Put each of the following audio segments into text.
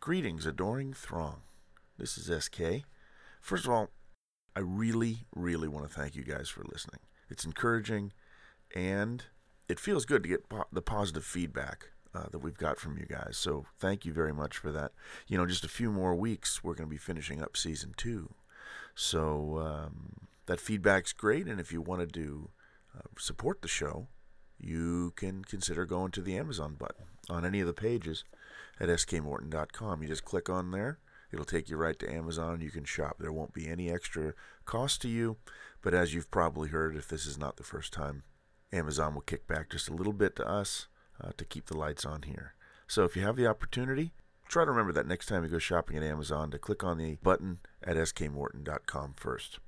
Greetings, adoring throng. This is SK. First of all, I really, really want to thank you guys for listening. It's encouraging, and it feels good to get po- the positive feedback uh, that we've got from you guys. So thank you very much for that. You know, just a few more weeks, we're going to be finishing up season two. So um, that feedback's great, and if you wanted to uh, support the show, you can consider going to the Amazon button on any of the pages at skmorton.com. You just click on there. It'll take you right to Amazon. You can shop. There won't be any extra cost to you. But as you've probably heard, if this is not the first time, Amazon will kick back just a little bit to us uh, to keep the lights on here. So if you have the opportunity, try to remember that next time you go shopping at Amazon to click on the button at skmorton.com first.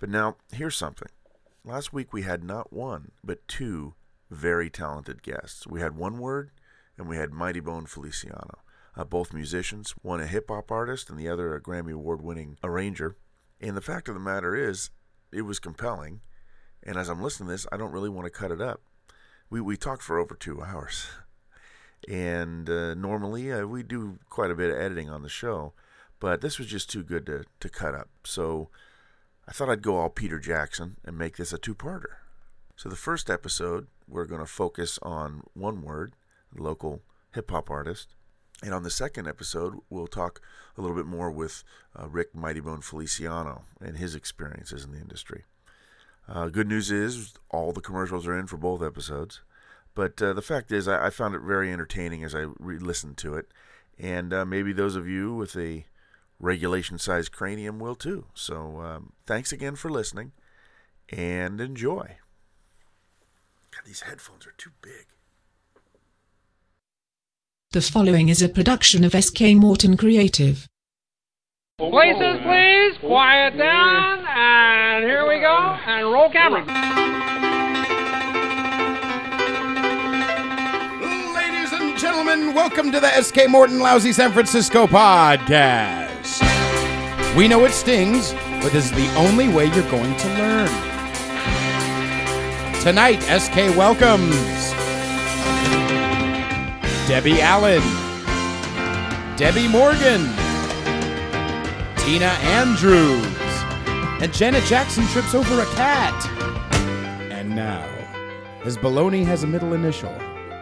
But now, here's something. Last week we had not one, but two very talented guests. We had One Word and we had Mighty Bone Feliciano, uh, both musicians, one a hip hop artist and the other a Grammy Award winning arranger. And the fact of the matter is, it was compelling. And as I'm listening to this, I don't really want to cut it up. We, we talked for over two hours. And uh, normally uh, we do quite a bit of editing on the show, but this was just too good to, to cut up. So I thought I'd go all Peter Jackson and make this a two parter. So, the first episode, we're going to focus on one word, local hip hop artist. And on the second episode, we'll talk a little bit more with uh, Rick Mighty Bone Feliciano and his experiences in the industry. Uh, good news is, all the commercials are in for both episodes. But uh, the fact is, I, I found it very entertaining as I re listened to it. And uh, maybe those of you with a regulation sized cranium will too. So, um, thanks again for listening and enjoy. God, these headphones are too big. The following is a production of SK Morton Creative. Places, please, quiet down, and here we go, and roll camera. Ladies and gentlemen, welcome to the SK Morton Lousy San Francisco podcast. We know it stings, but this is the only way you're going to learn. Tonight, SK welcomes Debbie Allen, Debbie Morgan, Tina Andrews, and Janet Jackson trips over a cat. And now, his baloney has a middle initial,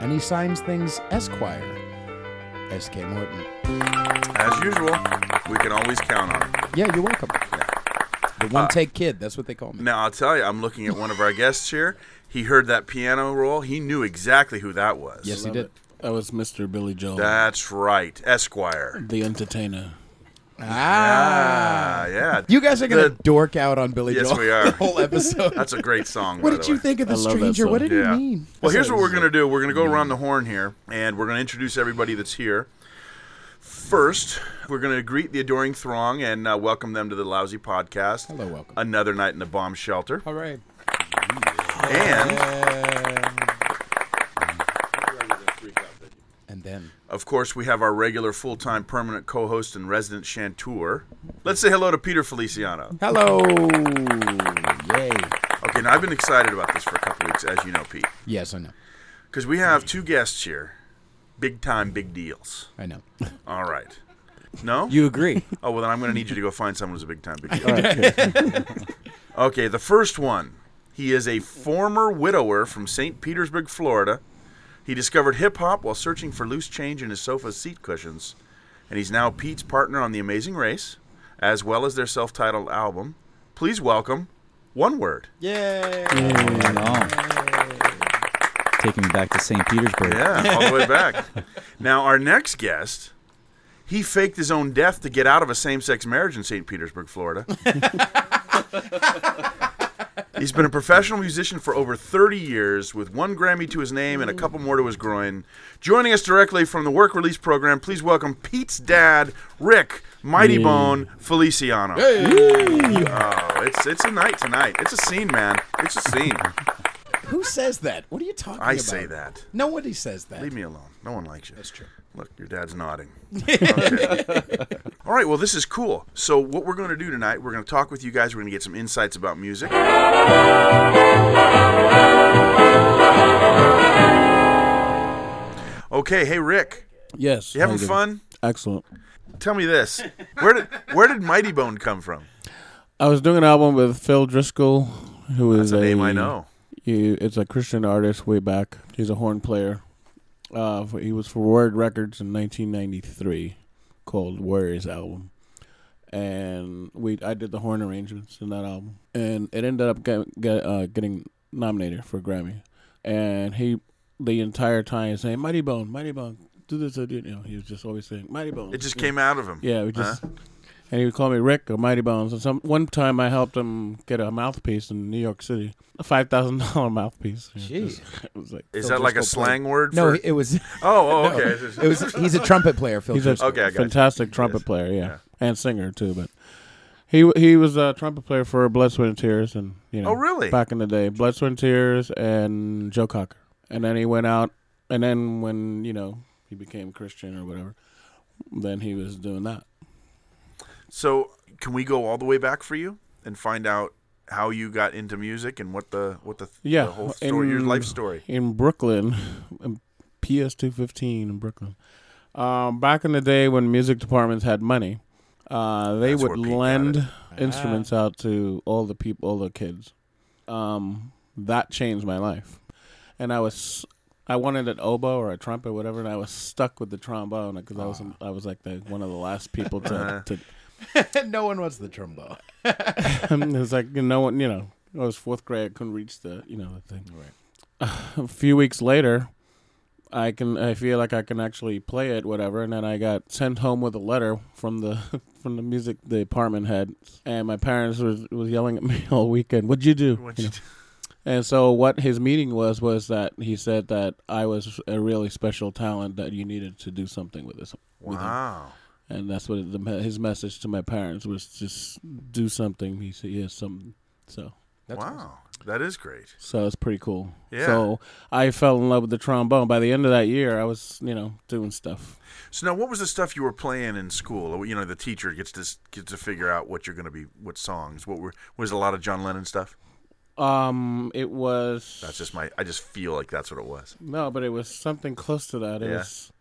and he signs things Esquire. S.K. Morton. As usual, we can always count on it. Yeah, you're welcome. The Ah. one take kid, that's what they call me. Now, I'll tell you, I'm looking at one of our guests here. He heard that piano roll. He knew exactly who that was. yes, he did. That was Mr. Billy Joel, That's right, Esquire. the entertainer. Ah. Ah, yeah. You guys are going to The- dork out on Billy Yes, Joel we are. the whole episode. That's a great song. what by did the you way. think of the I love that stranger? What song. did he mean? Mm. Well, here's what we're going to do. We're going to go around the horn here, and we're going to introduce everybody that's here. First, we're going to greet the adoring throng and uh, welcome them to the Lousy Podcast. Hello, welcome. Another night in the bomb shelter. All right. And, and then. of course, we have our regular full time permanent co host and resident chanteur. Let's say hello to Peter Feliciano. Hello. Yay. Okay, now I've been excited about this for a couple weeks, as you know, Pete, Yes, I know. because we have two guests here. Big time, big deals. I know. All right. No? You agree? Oh well, then I'm going to need you to go find someone who's a big time big deal. okay, the first one. He is a former widower from St. Petersburg, Florida. He discovered hip hop while searching for loose change in his sofa seat cushions, and he's now Pete's partner on The Amazing Race, as well as their self-titled album. Please welcome One Word. Taking me back to St. Petersburg. Yeah, all the way back. Now, our next guest, he faked his own death to get out of a same sex marriage in St. Petersburg, Florida. He's been a professional musician for over 30 years with one Grammy to his name and a couple more to his groin. Joining us directly from the work release program, please welcome Pete's dad, Rick Mighty Bone Feliciano. Oh, it's, it's a night tonight. It's a scene, man. It's a scene. Who says that? What are you talking about? I say that. Nobody says that. Leave me alone. No one likes you. That's true. Look, your dad's nodding. Okay. All right, well, this is cool. So, what we're going to do tonight, we're going to talk with you guys. We're going to get some insights about music. Okay, hey, Rick, Yes. you how having doing? fun? Excellent. Tell me this: where did where did Mighty Bone come from? I was doing an album with Phil Driscoll, who is That's a a name I know. He is a Christian artist way back. He's a horn player. Uh, for- he was for Word Records in 1993, called Warriors album, and we I did the horn arrangements in that album, and it ended up get, get, uh, getting nominated for a Grammy, and he the entire time saying Mighty Bone, Mighty Bone, do this, do that," you know, he was just always saying Mighty Bone. It just you know. came out of him. Yeah, we Huh? just and he would call me Rick or Mighty Bones. And some one time I helped him get a mouthpiece in New York City, a five thousand dollar mouthpiece. Jeez. It was like Is so that like a just go play. slang word? No, for, it was oh, oh, no. okay. it was he's a trumpet player, Phil. He's a Driscoll. Okay, I got you. fantastic trumpet Yes. player, yeah. Yeah. and singer too. But he he was a trumpet player for Blood, Sweat and Tears, and you know, Oh, really? back in the day, Blood, Sweat and Tears, and Joe Cocker. And then he went out, and then when you know he became Christian or whatever, then he was doing that. So, can we go all the way back for you and find out how you got into music and what the what the, Yeah, the whole story, your in- life story? in Brooklyn, in PS two fifteen in Brooklyn. Um, back in the day when music departments had money, uh, they That's where would Pete got lend instruments out to all the people, all the kids. Um, that changed my life, and I was I wanted an oboe or a trumpet, whatever, and I was stuck with the trombone because I was Ah. I was like the one of the last people Uh-huh. to. to no one wants the trombone. it's like you know, no one, you know, I was fourth grade, I couldn't reach the, you know, the thing. a few weeks later, I can I feel like I can actually play it, whatever. And then I got sent home with a letter from the from the music department head, and my parents was was yelling at me all weekend. What'd you do? What You you know? And so what his meeting was was that he said that I was a really special talent that you needed to do something with this. with him. Wow. And that's what the, me- his message to my parents was: just do something. He said, "Yes, something." So That's wow. awesome. That is great. so it's pretty cool. Yeah. So I fell in love with the trombone. By the end of that year, I was, you know, doing stuff. So now, what was the stuff you were playing in school? You know, the teacher gets to s- gets to figure out what you're going to be, what songs. What were was a lot of John Lennon stuff? Um, it was That's just my. I just feel like that's what it was. no, but it was something close to that. It Yeah. was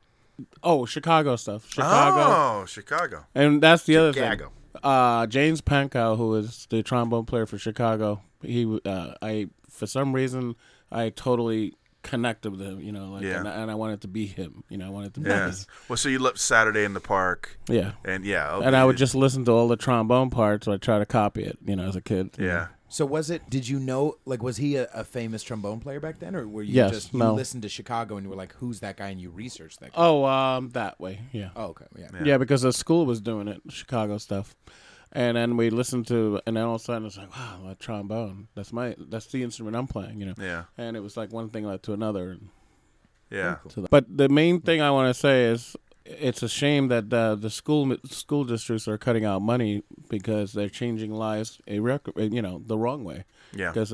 oh Chicago stuff, Chicago, Oh, Chicago. and that's the other Chicago. thing. Uh, James Pankow, who is the trombone player for Chicago, he uh, I for some reason I totally connected with him. You know, like Yeah. and, I, and I wanted to be him. You know, I wanted to be Yeah. his- Well, so you left Saturday in the park, yeah. and yeah, okay. And I would just listen to all the trombone parts, so I try to copy it. You know, as a kid. yeah. So was it? Did you know? Like, was he a, a famous trombone player back then, or were you Yes, just you no. listened to Chicago and you were like, "Who's that guy?" and you researched that. guy? Oh, um, that way, yeah. Oh, okay, yeah. yeah, because the school was doing it, Chicago stuff, and then we listened to, and then all of a sudden it's like, wow, that trombone, that's my, that's the instrument I'm playing, you know. Yeah. And it was like one thing led to another. and Yeah. to the- But the main thing I want to say is, it's a shame that uh, the school school districts are cutting out money because they're changing lives, a rec- you know, the wrong way. Yeah. Because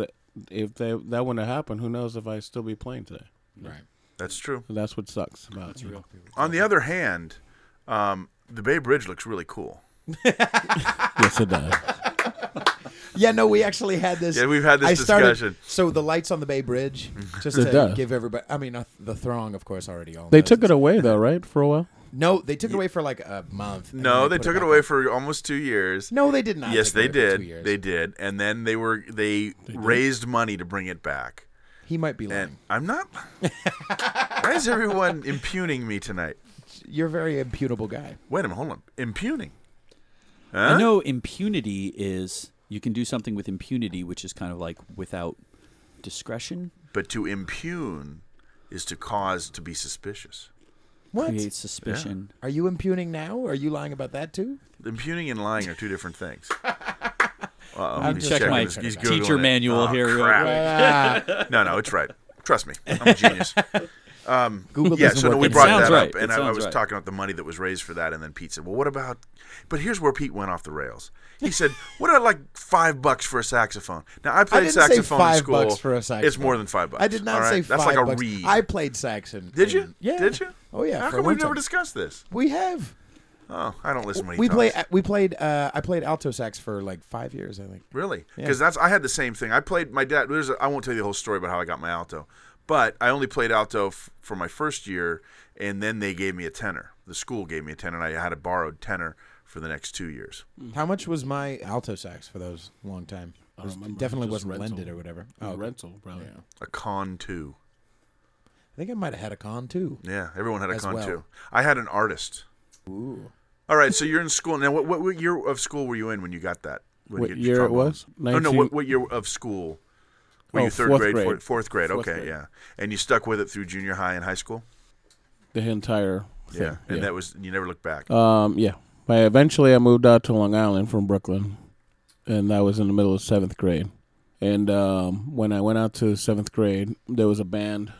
if they, that wouldn't have happened, who knows if I still be playing today? right. That's true. So that's what sucks about. you know. On the other hand, um, the Bay Bridge looks really cool. Yes, it does. Yeah, no, we actually had this. Yeah, we've had this I started- discussion. So the lights on the Bay Bridge, just It to does. give everybody. I mean, uh, the throng, of course, already owned. They those. took it away though, right? For a while. No, they took it away for like a month. and No, then they put took it back away up. for almost two years. No, they did not. yes, take they it away for two did. years. They did, and then they were they, raised money to bring it back. He might be lying. And I'm not. why is everyone impugning me tonight? You're a very imputable guy. Wait a minute, hold on. Impugning. I know impunity is you can do something with impunity, which is kind of like without discretion But to impugn is to cause to be suspicious. What? creates suspicion. Are you impugning now? Are you lying about that too? Impugning and lying are two different things. Uh-oh, I'll he's check checking my this. He's teacher Googling it. manual Oh, here real crap. quick. No, no, it's right. Trust me, I'm a genius. Google yeah, doesn't so no, work we anymore. brought sounds that up, right. and It I, I sounds was right. talking about the money that was raised for that, and then Pete said, "Well, what about?" But here's where Pete went off the rails. He said, "What about like five bucks for a saxophone?" Now I played didn't say saxophone five in school. bucks for a It's saxophone. more than five bucks. I did not all right? say That's five like bucks. a reed. I played Saxon. did you? in- Yeah. Did you? Oh yeah. How for come a we've long never time. discussed this? We have. Oh, I don't listen when he We talks. play. We played. Uh, I played alto sax for like five years. I think. Really? Because that's I had the same thing. I played my dad. There's a, I won't tell you the whole story about how I got my alto, But I only played alto f- for my first year, and then they gave me a tenor. The school gave me a tenor, and I had a borrowed tenor for the next two years. How much was my alto sax for those long time? It was- remember. definitely Just wasn't rental. lended or whatever. Oh, okay. rental, probably. A con two. I think I might have had a con too. Yeah, everyone had a As con well. two. I had an artist. Ooh. All right, so you're in school now. What, what, what year of school were you in when you got that? When What you year it trombone? was? No, Oh, no. 19 What, what year of school? Were Oh, you third fourth grade, grade. Fourth, fourth grade? Fourth okay, grade. yeah. And you stuck with it through junior high and high school. The entire thing. Yeah, and that was you never looked back. Um, yeah. But eventually, I moved out to Long Island from Brooklyn, and that was in the middle of seventh grade. And um, when I went out to seventh grade, there was a band,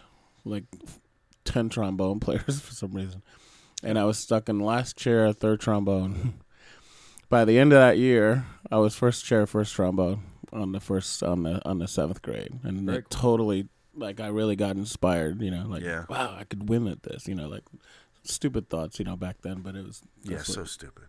like ten trombone players for some reason, and I was stuck in the last chair, third trombone. By the end of that year, I was first chair, first trombone on the first on the on the seventh grade, and it totally like I really got inspired. You know, like Yeah. wow, I could win at this. You know, like stupid thoughts. You know, back then, but it was yeah, that's what- so stupid.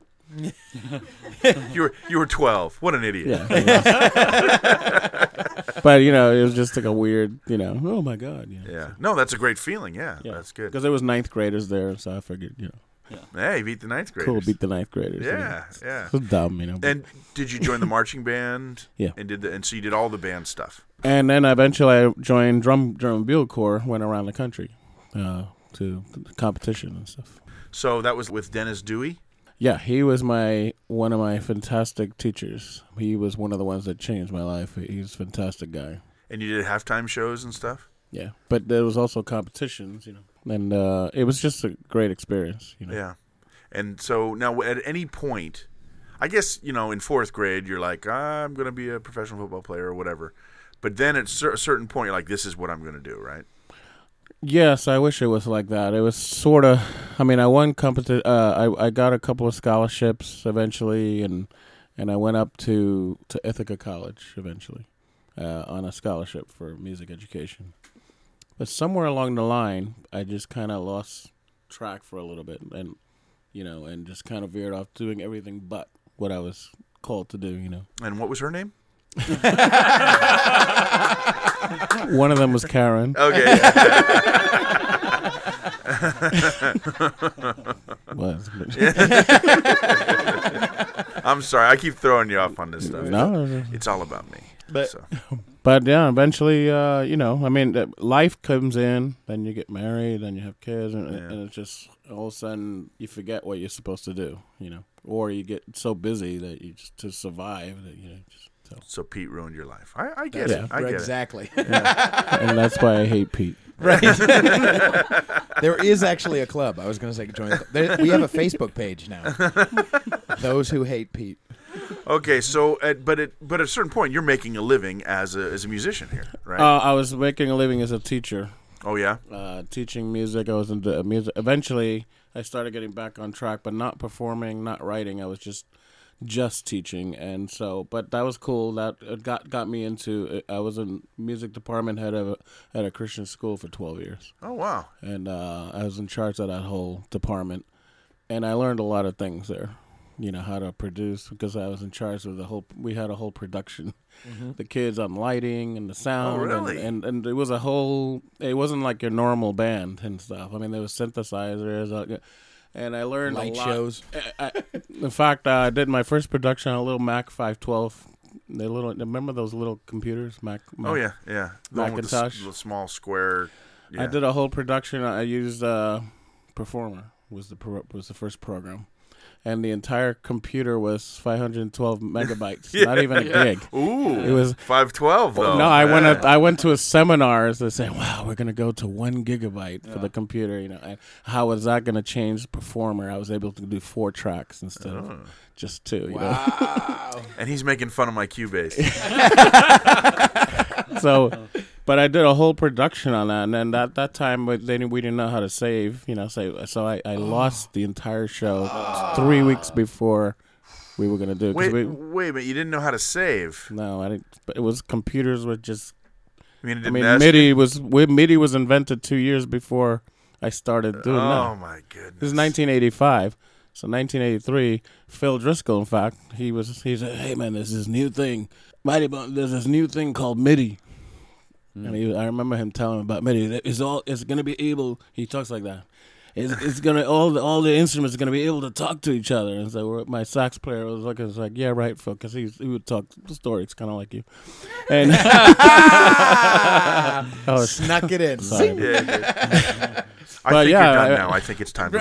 you were you were twelve. What an idiot. Yeah. it was. but you know, it was just like a weird, you know, oh my god, you know. Yeah. No, that's a great feeling. Yeah, that's good. Because there was ninth graders there, so I figured, you know, Hey, you beat the ninth graders. cool, beat the ninth graders. you know. yeah, yeah. It's dumb, you know. but- And did you join the marching band? Yeah. And did the and so you did all the band stuff. and then eventually I joined drum drum bugle corps, went around the country uh, to competition and stuff. So that was with Dennis Dewey. Yeah, he was my one of my fantastic teachers. He was one of the ones that changed my life. He's a fantastic guy. And you did halftime shows and stuff. Yeah, but there was also competitions, you know, and uh, it was just a great experience. You know, Yeah. And so now at any point, I guess, you know, in fourth grade, you're like, I'm going to be a professional football player or whatever. But then at cer- a certain point, you're like, this is what I'm going to do, right? Yes, I wish it was like that. It was sort of. I mean, I won competi- uh I I got a couple of scholarships eventually, and and I went up to to Ithaca College eventually uh, on a scholarship for music education. But somewhere along the line, I just kind of lost track for a little bit, and you know, and just kind of veered off doing everything but what I was called to do. You know, And what was her name? one of them was Karen. Okay. yeah. was but- I'm sorry. I keep throwing you off on this stuff. no. It's all about me. But- so. But yeah, eventually, uh, you know, I mean, uh, life comes in, then you get married, then you have kids, and, Yeah. and it's just all of a sudden you forget what you're supposed to do, you know, or you get so busy that you just to survive that you know, just so. so Pete ruined your life. I, I get Yeah. it. I get it. exactly. and that's why I hate Pete. right. there is actually a club. I was going to say join. the- There, we have a Facebook page now. Those who hate Pete. Okay. So, at, but at but at a certain point, you're making a living as a as a musician here, right? Uh, I was making a living as a teacher, oh yeah. uh, teaching music. I was into music. Eventually, I started getting back on track, but not performing, not writing. I was just just teaching, and so. But that was cool. That it got got me into. I was a music department head of a, at a Christian school for twelve years, Oh wow. and uh, I was in charge of that whole department, and I learned a lot of things there. You know how to produce because I was in charge of the whole. We had a whole production, the kids on lighting and the sound, and- Mm-hmm. really? and, and it was a whole. It wasn't like your normal band and stuff. I mean, there was synthesizers, uh, and I learned Light a lot. shows. In fact, uh, I did my first production on a little Mac five twelve. They little remember those little computers, Mac. Mac Oh yeah. Yeah. The one with the s- Macintosh. the small square. Yeah. I did a whole production. I used uh, Performer was the pro- was the first program, and the entire computer was 512 megabytes. Not even a gig. Ooh. Oh, It was. Five twelve though. no, I went. Yeah. A, I went to a seminar as they say, "Wow, we're going to go to one gigabyte for the computer." You know, and how is that going to change Performer? I was able to do four tracks instead Uh-huh. of just two. You know? And he's making fun of my Cubase. so but i did a whole production on that and then at that time we- they didn't, we didn't know how to save you know so, so i, I lost the entire show three weeks before we were going to do it 'cause Wait, we, wait a minute. You didn't know how to save. no i didn't but it was computers were just I mean, it i didn't mean ask midi was we, midi was invented two years before i started you- doing Oh that my this goodness. is 1985 so 1983, Phil Driscoll. In fact, he was. He said, "Hey man, there's this new thing. Mighty Bone. There's this new thing called MIDI." And he, I remember him telling about Mitty, that it's all it's gonna be able. He talks like that. It's, it's gonna all the all the instruments are gonna be able to talk to each other. And so we're- my sax player was like, was like yeah, right, because he he would talk stories, kind of like you. And Oh, I was Snuck it in. sorry. Yeah, it did. I But think yeah, you're done I- now. I think it's time to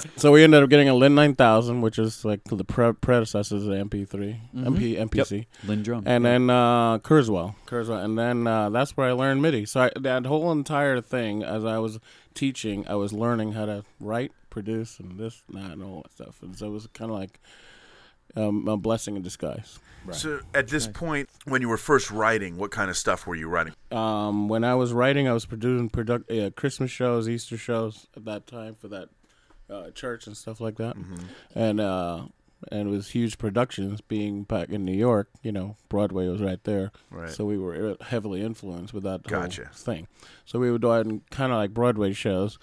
leave. So we ended up getting a Lin 9000, which is like the pre- predecessor to the MP3, MP, MPC. Lindrum. and then uh, Kurzweil, Kurzweil, and then uh, that's where I learned MIDI. So I, that whole entire thing, as I was teaching, I was learning how to write, produce, and this, and that, and all that stuff. And so it was kind of like um, a blessing in disguise. So at this point, when you were first writing, what kind of stuff were you writing? Um, when I was writing, I was producing product uh, Christmas shows, Easter shows at that time for that uh, church and stuff like that, and uh, and it was huge productions. Being back in New York, you know, Broadway was right there, Right. so we were uh, heavily influenced with that whole Gotcha. thing. So we would do it kind of like Broadway shows,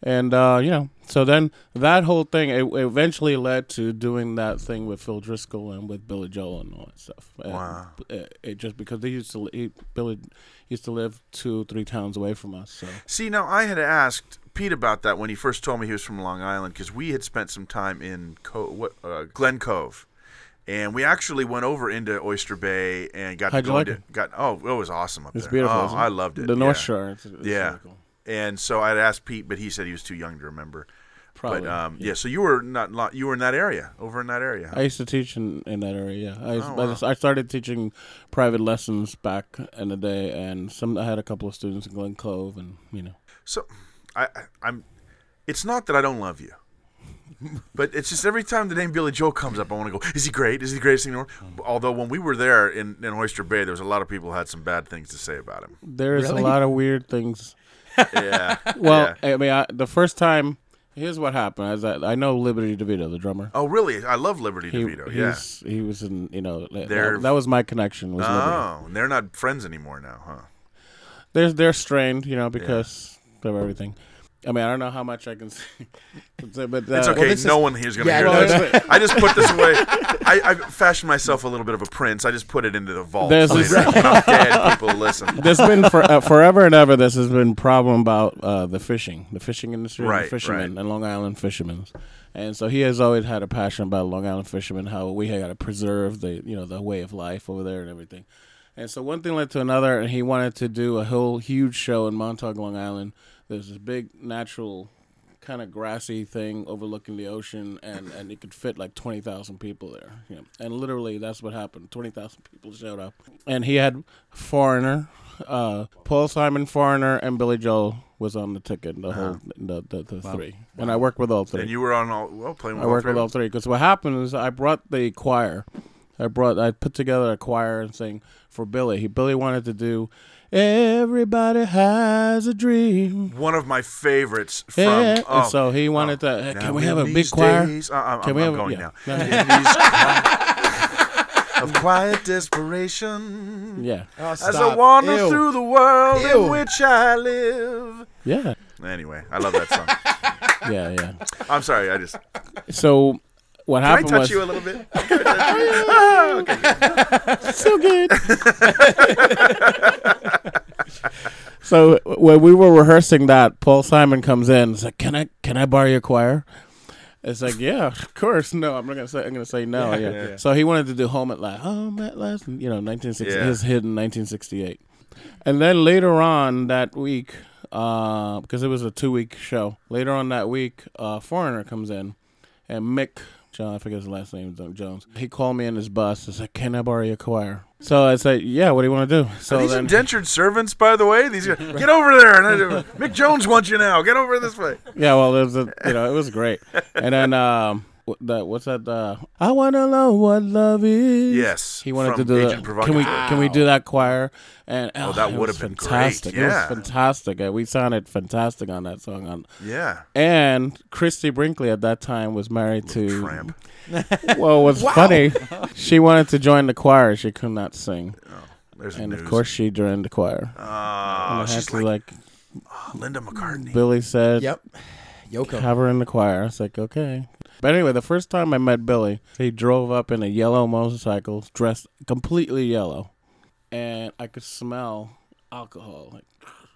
and uh, you know, so then that whole thing it it eventually led to doing that thing with Phil Driscoll and with Billy Joel and all that stuff. And Wow. It, it just because they used to li- he, Billy used to live two three towns away from us. So See, now I had asked Pete about that when he first told me he was from Long Island because we had spent some time in Co- what, uh, Glen Cove, and we actually went over into Oyster Bay and got How'd to you go like into- got oh it was awesome up it's there. beautiful. Oh, isn't I loved it. The North yeah. Shore. It's, it's Yeah. really cool. And so I'd asked Pete, but he said he was too young to remember. Probably, but um, yeah. so you were not lo- you were in that area over in that area. huh? I used to teach in, in that area. Yeah, I, used, Oh, but wow. I started teaching private lessons back in the day, and some I had a couple of students in Glen Cove, and you know, So, I, I- I'm. It's not that I don't love you, but it's just every time the name Billy Joel comes up, I want to go. Is he great? Is he the greatest thing in the world? Mm. Although when we were there in, in Oyster Bay, there was a lot of people who had some bad things to say about him. there is a lot of weird things Yeah. Well, Yeah. I mean, I, the first time, here's what happened. Is that I know Liberty DeVito, the drummer. Oh, really? I love Liberty He, DeVito. Yeah. he's- he was in, you know, that, They're- that was my connection. Was Liberty. Uh, Oh, and they're not friends anymore now, huh? They're they're strained, you know, because of everything. I mean, I don't know how much I can say, but uh, It's okay. this no is- one here's going to Yeah, hear well, this. I just put this away. I, I fashioned myself a little bit of a prince. I just put it into the vault There's later. this- When I'm dead, people listen. There's been for, uh, forever and ever. This has been problem about uh, the fishing, the fishing industry, and Right, the fishermen, right. and Long Island fishermen. And so he has always had a passion about Long Island fishermen, how we had got to preserve the you know the way of life over there and everything. And so one thing led to another, and he wanted to do a whole huge show in Montauk, Long Island. There's this big natural kind of grassy thing overlooking the ocean, and, and it could fit like 20,000 people there. You know? And literally, that's what happened. 20,000 people showed up. And he had Foreigner, uh, Paul Simon, Foreigner, and Billy Joel was on the ticket, the whole the, the, the three. And I worked with all three. And you were on all well playing. With I all worked three with of all them. three because what happened is I brought the choir. I brought I put together a choir and thing for Billy. He Billy wanted to do Everybody Has a Dream. one of my favorites from. Yeah. And oh, so he wanted oh. to Now can we in have a big these choir? days- uh, I'm, I'm- Can we I'm have a- going yeah. now. No, In these cri- of quiet desperation, Yeah. as I wander Ew. through the world Ew. in which I live. Yeah. Anyway, I love that song. Yeah, yeah. I'm sorry, I just can So what I happened touch was you a little bit? so good. so when we were rehearsing that, Paul Simon comes in. It's like, can I can I borrow your choir? It's like, yeah, of course. No, I'm not gonna say. I'm gonna say no. Yeah. So he wanted to do Home at Last. Home at Last. You know, 1960. Yeah. His hit in 1968. And then later on that week, uh, because it was a two-week show. Later on that week, uh, Foreigner comes in and Mick John, I forget his last name, Doug Jones. He called me in his bus. He's like, "Can I borrow your choir?" So I said, "Yeah, what do you want to do?" So Are these then, indentured servants, by the way, these get over there. And I, Mick Jones wants you now. Get over this way. yeah, well, it was a, you know, it was great. And then, um, wh- the, what's that? Uh, I wanna know what love is. Yes, he wanted to from do. Agent That. Can we Provocateur. can we do that choir? And oh, that it would was have been great, fantastic. yeah. It was fantastic. And We sounded fantastic on that song. On Yeah, and Christy Brinkley at that time was married to tramp. Well, what's funny? She wanted to join the choir. She could not sing, There's and news. of course, she joined the choir. Ah, I had she's to, like, like, Linda McCartney. Billy said, Yep. Yoko. have her in the choir. I was like, okay. But anyway, the first time I met Billy, he drove up in a yellow motorcycle, dressed completely yellow, and I could smell alcohol like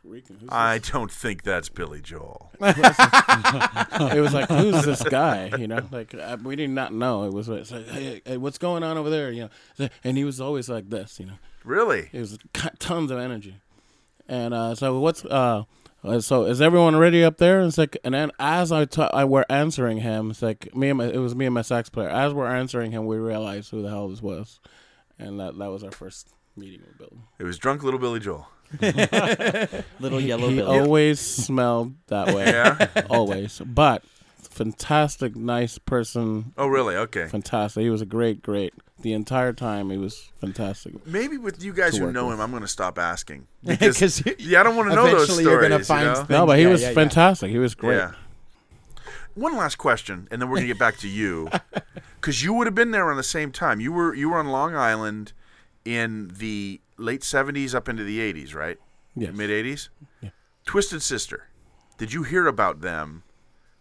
reeking. Who's I don't think that's Billy Joel. this- it was like, who's this guy? You know, like I, we did not know. It was, it's like, hey, hey, what's going on over there? You know, and he was always like this. You know, Really? it was co- tons of energy. And uh, so what's uh, uh, so is everyone ready up there? It's like and then as I ta- I were answering him, it's like me and my, it was me and my sax player. As we're answering him, we realized who the hell this was, and that that was our first meeting with Bill. It was drunk little Billy Joel. Little yellow he bill. always smelled that way. Yeah. always. But fantastic, nice person. Oh, really? Okay. Fantastic. He was a great, great. The entire time, he was fantastic. Maybe with you guys To who work know with. him, I'm going to stop asking because 'Cause you- yeah, I don't want to know those stories. eventually you're gonna find you know? things- No, but he Yeah, was yeah, yeah. fantastic. He was great. Yeah. One last question, and then we're gonna get back to you, because you would have been there on the same time. You were you were on Long Island in the late '70s up into the '80s, right? Yes. Mid '80s. Twisted Sister. Did you hear about them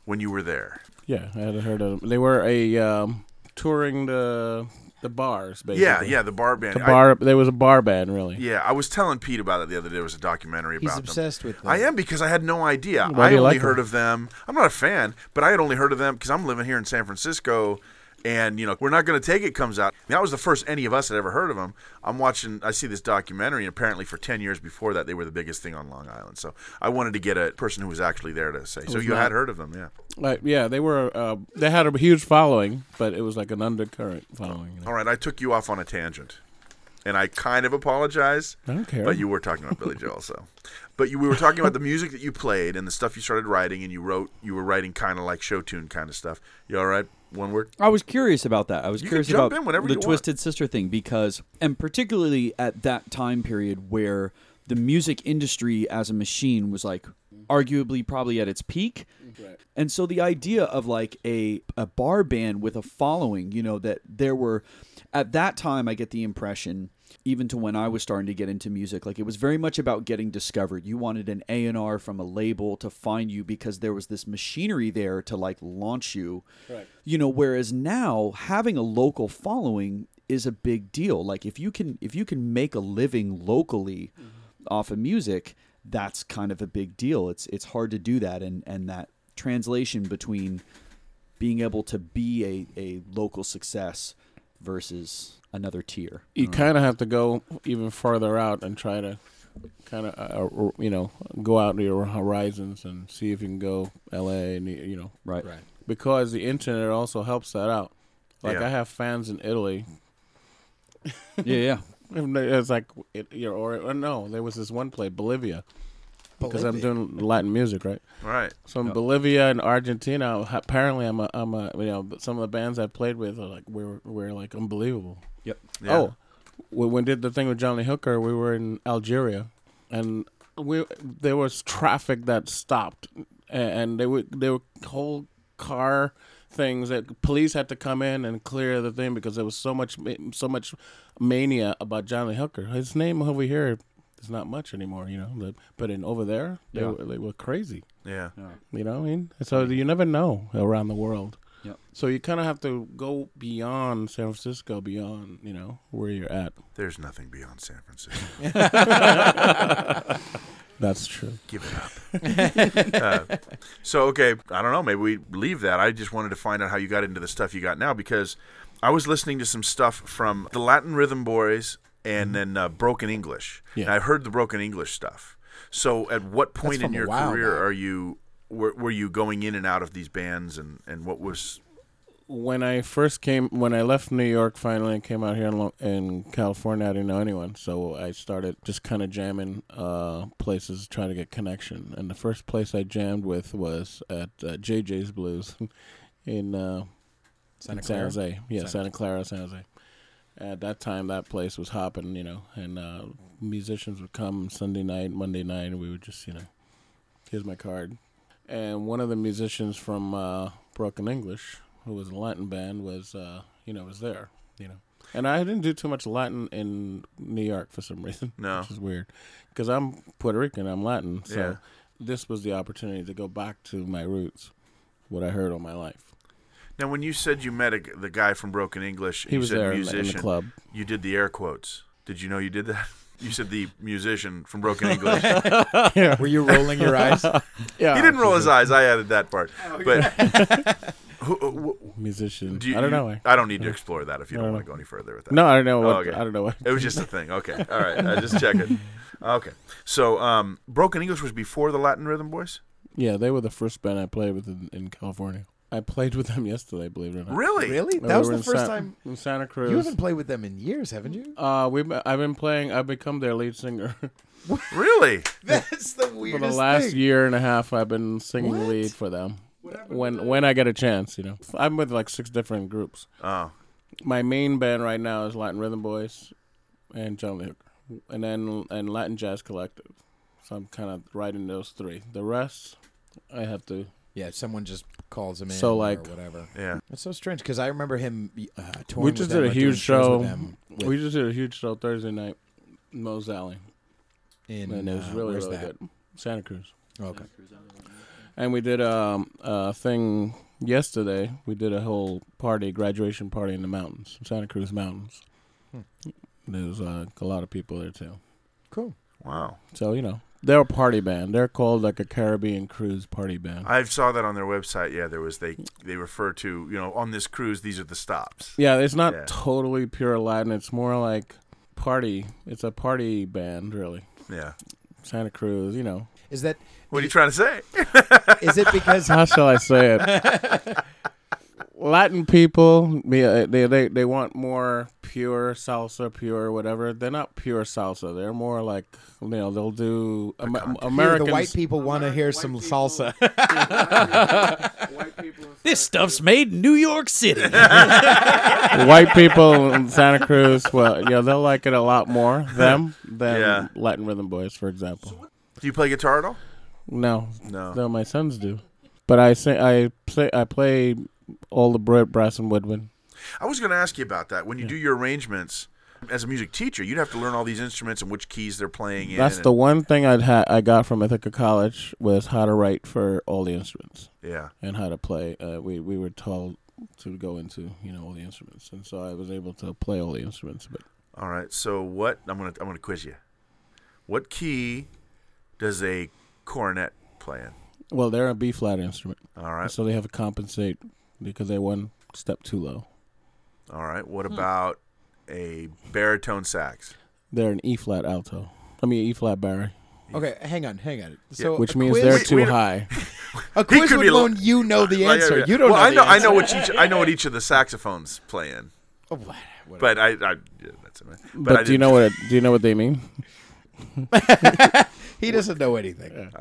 when you were there? Yeah, I had heard of them. They were a um, touring the the bars, basically. Yeah, yeah. The bar band. The I- bar. there was a bar band, really. yeah, I was telling Pete about it the other day. There was a documentary about He's them. obsessed with them. I am because I had no idea. Why I do you only like heard them? of them. I'm not a fan, but I had only heard of them because I'm living here in San Francisco. And you know, we're not going to take it comes out. That was the first any of us had ever heard of them. I'm watching. I see this documentary, and apparently for ten years before that, they were the biggest thing on Long Island. So I wanted to get a person who was actually there to say. So you had heard of them, yeah. Like, yeah, they were. Uh, they had a huge following, but it was like an undercurrent following. you know. All right, I took you off on a tangent, and I kind of apologize. I don't care. But you were talking about Billy Joel, so. But you, we were talking about the music that you played and the stuff you started writing, and you wrote. You were writing kind of like show tune kind of stuff. You all right? One word. I was curious about that. I was You can curious jump about in whenever the you want. Twisted Sister thing because, and particularly at that time period where the music industry as a machine was like arguably probably at its peak. And so the idea of like a, a bar band with a following, you know, that there were at that time, I get the impression even to when I was starting to get into music, like it was very much about getting discovered. You wanted an A and R from a label to find you because there was this machinery there to like launch you. Right. You know, whereas now having a local following is a big deal. Like if you can if you can make a living locally off of music, that's kind of a big deal. It's it's hard to do that and and that translation between being able to be a, a local success versus another tier. you Uh-huh. kind of have to go even farther out and try to kind of uh, uh, you know go out to your horizons and see if you can go L.A. and you know Right. because the internet also helps that out. Like Yeah. I have fans in Italy. Yeah, yeah. It's like it, you know, or, or no, there was this one play Bolivia because I'm doing Latin music, right? All right. So in Bolivia and Argentina, apparently I'm a, I'm a you know some of the bands I played with are like we're we're like unbelievable. Yep. Yeah. Oh, we, when did the thing with Johnny Hooker? We were in Algeria, and we there was traffic that stopped, a- and they were there were whole car things that police had to come in and clear the thing because there was so much ma- so much mania about Johnny Hooker. His name over here is not much anymore, you know. But- But in over there, they Yeah. were they were crazy. Yeah. You know what I mean? So you never know around the world. Yep. So you kind of have to go beyond San Francisco, beyond you know where you're at. There's nothing beyond San Francisco. That's true. Give it up. Uh, so okay, I don't know. Maybe we leave that. I just wanted to find out how you got into the stuff you got now because I was listening to some stuff from the Latin Rhythm Boys and then uh, Broken English. Mm-hmm. Yeah. And I heard the Broken English stuff. So at what point in from a your while career back. are you? Were, were you going in and out of these bands and, and what was When I first came, when I left New York, finally and came out here in, Lo- in California, I didn't know anyone. So I started just kind of jamming uh, places, trying to get connection. And the first place I jammed with was at uh, JJ's Blues in uh, Santa in San Clara? Jose. Yeah, Santa- Santa, Clara, San Jose. At that time, that place was hopping, you know, and uh, musicians would come Sunday night, Monday night, and we would just, you know, here's my card. And one of the musicians from uh, Broken English, who was a Latin band, was, uh, you know, was there, you know. And I didn't do too much Latin in New York for some reason. No. Which is weird. Because I'm Puerto Rican, I'm Latin. So Yeah. this was the opportunity to go back to my roots, what I heard all my life. now when you said you met a g the guy from Broken English and He you was said there in the- in the musician club. you did the air quotes did you know you did that You said the musician from Broken English. Were you rolling your eyes? Yeah, he didn't roll his eyes. I added that part. But who, who- musician. do you, I don't know. I don't need to explore that if you don't No. want to go any further with that. No, I don't know. What, Oh, okay. I don't know. What, It was just a thing. Okay. All right. I just check it. Okay. So, um, Broken English was before the Latin Rhythm Boys? yeah, they were the first band I played with in, in California. I played with them yesterday. Believe it or not. Really? really? We That was were the in first time. San- in Santa Cruz. You haven't played with them in years, haven't you? Uh, we I've been playing. I've become their lead singer Really? That's the for weirdest the last thing. year and a half. I've been singing What? lead for them when when I get a chance. You know, I'm with like six different groups. Oh. My main band right now is Latin Rhythm Boys and John Lee Hooker, and then and Latin Jazz Collective. So I'm kind of riding those three. The rest, I have to. Yeah, someone just calls him in. So, or like- whatever. Yeah. That's so strange because I remember him. Uh, touring we with just them did a or doing huge shows with show. them with- We just did a huge show Thursday night, Mo's Alley, in, and it was uh, really where's really that? good. Santa Cruz. Okay. And we did um, a thing yesterday. We did a whole party, graduation party in the mountains, Santa Cruz Mountains. Hmm. There's uh, a lot of people there too. Cool. Wow. So you know, they're a party band. They're called like a Caribbean cruise party band. I saw that on their website. Yeah, there was they they refer to, you know, on this cruise these are the stops. yeah, it's not Yeah. totally pure Latin. It's more like party. It's a party band, really. Yeah. Santa Cruz, you know. Is that What are you trying to say? is it because How shall I say it? Latin people, they, they they they want more pure salsa, pure whatever. They're not pure salsa. They're more like you know they'll do Am- Americans. the white people want to hear some salsa? This stuff's made in New York City. white people in Santa Cruz, well, yeah, they'll like it a lot more them than Yeah. Latin rhythm boys, for example. Do you play guitar at all? No, No. no, my sons do, but I say I play I play all the br- brass and woodwind. I was going to ask you about that. When you do your arrangements as a music teacher, you'd have to learn all these instruments and which keys they're playing in. That's and- the one thing I'd ha- I got from Ithaca College was how to write for all the instruments Yeah. and how to play. Uh, we we were told to go into you know all the instruments, and so I was able to play all the instruments. But All right. So what I'm gonna I'm gonna quiz you. What key does a cornet play in? well, they're a B flat instrument, All right. so they have to compensate because they're one step too low. All right. What about a baritone sax? They're an E flat alto. I mean E flat barry, Okay, hang on, hang on. So which a means quiz, they're Wait, too wait a- high. a quiz could would be lo- loan you know the Well, yeah, answer. yeah. You don't well, know. I know the I answer. know what each I know what each of the saxophones play in. Oh, what- whatever. But I, I yeah, that's it. man. But, But, I do you didn't- know what it, do you know what they mean? he doesn't know anything.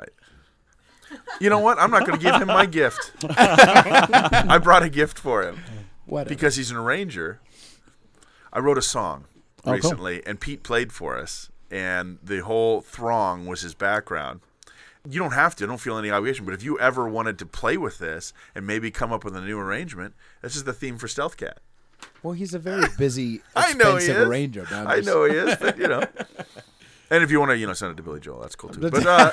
You know what? I'm not going to give him my gift. I brought a gift for him What? because he's an arranger. I wrote a song Oh, cool. recently, and Pete played for us, and the whole throng was his background. You don't have to. I don't feel any obligation. But if you ever wanted to play with this and maybe come up with a new arrangement, this is the theme for Stealth Cat. Well, he's a very busy, I know he expensive is. arranger. man. I know he is, but you know. And if you want to, you know, send it to Billy Joel, that's cool too. But uh,